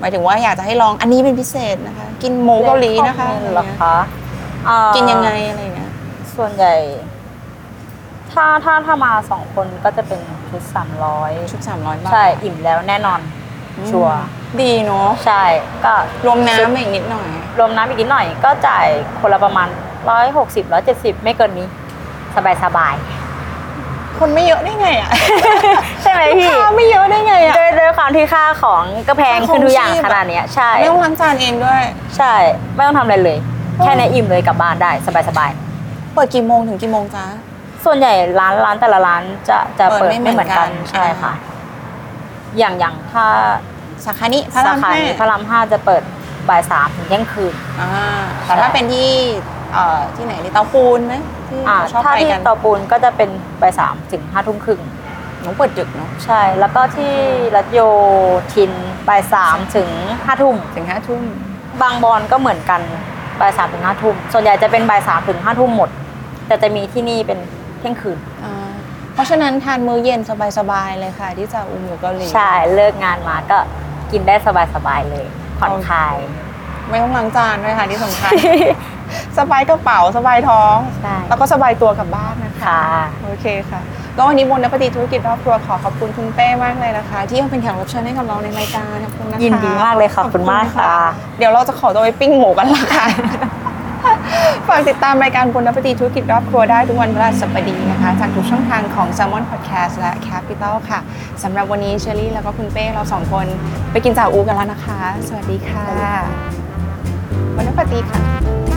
C: หมายถึงว่าอยากจะให้ลองอันนี้เป็นพิเศษนะคะ กินหมูเกาหลีนะคะ
D: เล่เหรอคะอ่า
C: กินยังไงอะไรอย่างเงี้ย
D: ส่วนใหญ่ ถ้าถ้าถ้ามาสองคนก็จะเป็นชุดสามร้อย
C: ชุดสามร้อยบาท
D: ใช่อิ่มแล้วแน่นอน
C: อืม
D: ชัวร์
C: ดีเนาะ
D: ใช่ ก็
C: รวมน้ำมาอีกนิดหน่อย
D: รวมน้ำอีกนิดหน่อย ก็จ่ายคนละประมาณร้อยหกสิบร้อยเจ็ดสิบไม่เกินนี้ สบายสบาย
C: คนไม่เยอะได้ไงอ่ะ
D: ๆใช่ไหม
C: ลูก
D: พี่
C: ค้าไม่เยอะได้ไงอ่ะ
D: โดยโดยความที่ค่าของก็แพง
C: ค่าของ
D: ขึ้นทุกอย่าง
C: ชีพ
D: ขนาดเนี้ย ใช่
C: ไม่ต้องล้างจานเองด้วย
D: ใช่ ไม่ต้องทำอะไรเลย แค่นี้อิ่มเลยกลับบ้านได้สบายสบายๆ
C: เปิดกี่โมงถึงกี่โมงจ๊ะ
D: ส่วนใหญ่ร้านร้านแต่ละร้านจะจะ
C: เปิ
D: เปิ
C: ด
D: ด
C: ไม่
D: ไม่
C: เห
D: เห
C: มื
D: มื
C: อ
D: อ
C: กั
D: น นกัน นใช่
C: อ่า
D: ค่ะ อย่างอย่างถ้า
C: สาขานี้พ
D: สาร
C: ระาม
D: ขา
C: ห้า
D: นี้พระรามห้าจะเปิดบ่ายสามถึงเที่ยงคืน
C: อ่าแต่ถ้า
D: ใช่
C: เป็นที่เอ่อที่ไหนในเตาปูนไหมที่
D: อ่า
C: เราชอบ
D: ถ้า
C: ไป
D: ที่
C: กัน
D: เตาปูนก็จะเป็นบ่ายสามถึงห้าทุ่มครึ่ง
C: หนูเปิดดึกเนาะ
D: ใช่ แล้วก็ที่รัชโยทินบ่ายสามถึงห้าทุ่ม
C: ถึงห้าทุ่ม
D: บางบอนก็เหมือนกันบ่ายสามถึงห้าทุ่มส่วนใหญ่จะเป็นบ่ายสามถึงห้าทุ่มหมด แต่จะมีที่นี่เป็นเที่ยงคืน
C: อ่าเพราะฉะนั้นทานมื้อเย็นสบายๆเลยค่ะ ที่จะอุ้มอยู่เกาหลี
D: ใช่เลิกงานมาก็กินได้สบายๆเลยผ่อนคลาย
C: ไม่ต้องล้างจานด้วยค่ะที่สำคัญ สบายกระเป๋าสบายท้อง
D: ใช่
C: แล้วก็สบายตัวกลับบ้านนะคะ
D: ค่ะ
C: โอเคค่ะก็วันนี้บนนปฏิธุรกิจรอบครัวขอขอบคุณคุณเป้มากเลยนะคะ ที่มาเป็นแขกรับเชิญให้กับเราในรายการขอบคุณนะคะ
D: ยินดีมากเลยค่ะขอบคุณมากค่ะ
C: เดี๋ยวเราจะขอตัวไปปิ้งหมูกันละค่ะ ฝากติดตามรายการบุญนปฏิธุรกิจรอบครัวได้ทุกวันพฤหัสบดีนะคะ จากทุกช่องทางของ s ซ l m o n Podcast และ Capital ค่ะสำหรับวันนี้เชอรี่แล้วก็คุณเป้เราสองคนไปกินจ่าอูกันแล้วนะคะ สวัสดีค่ะวันนปฏิค่ะ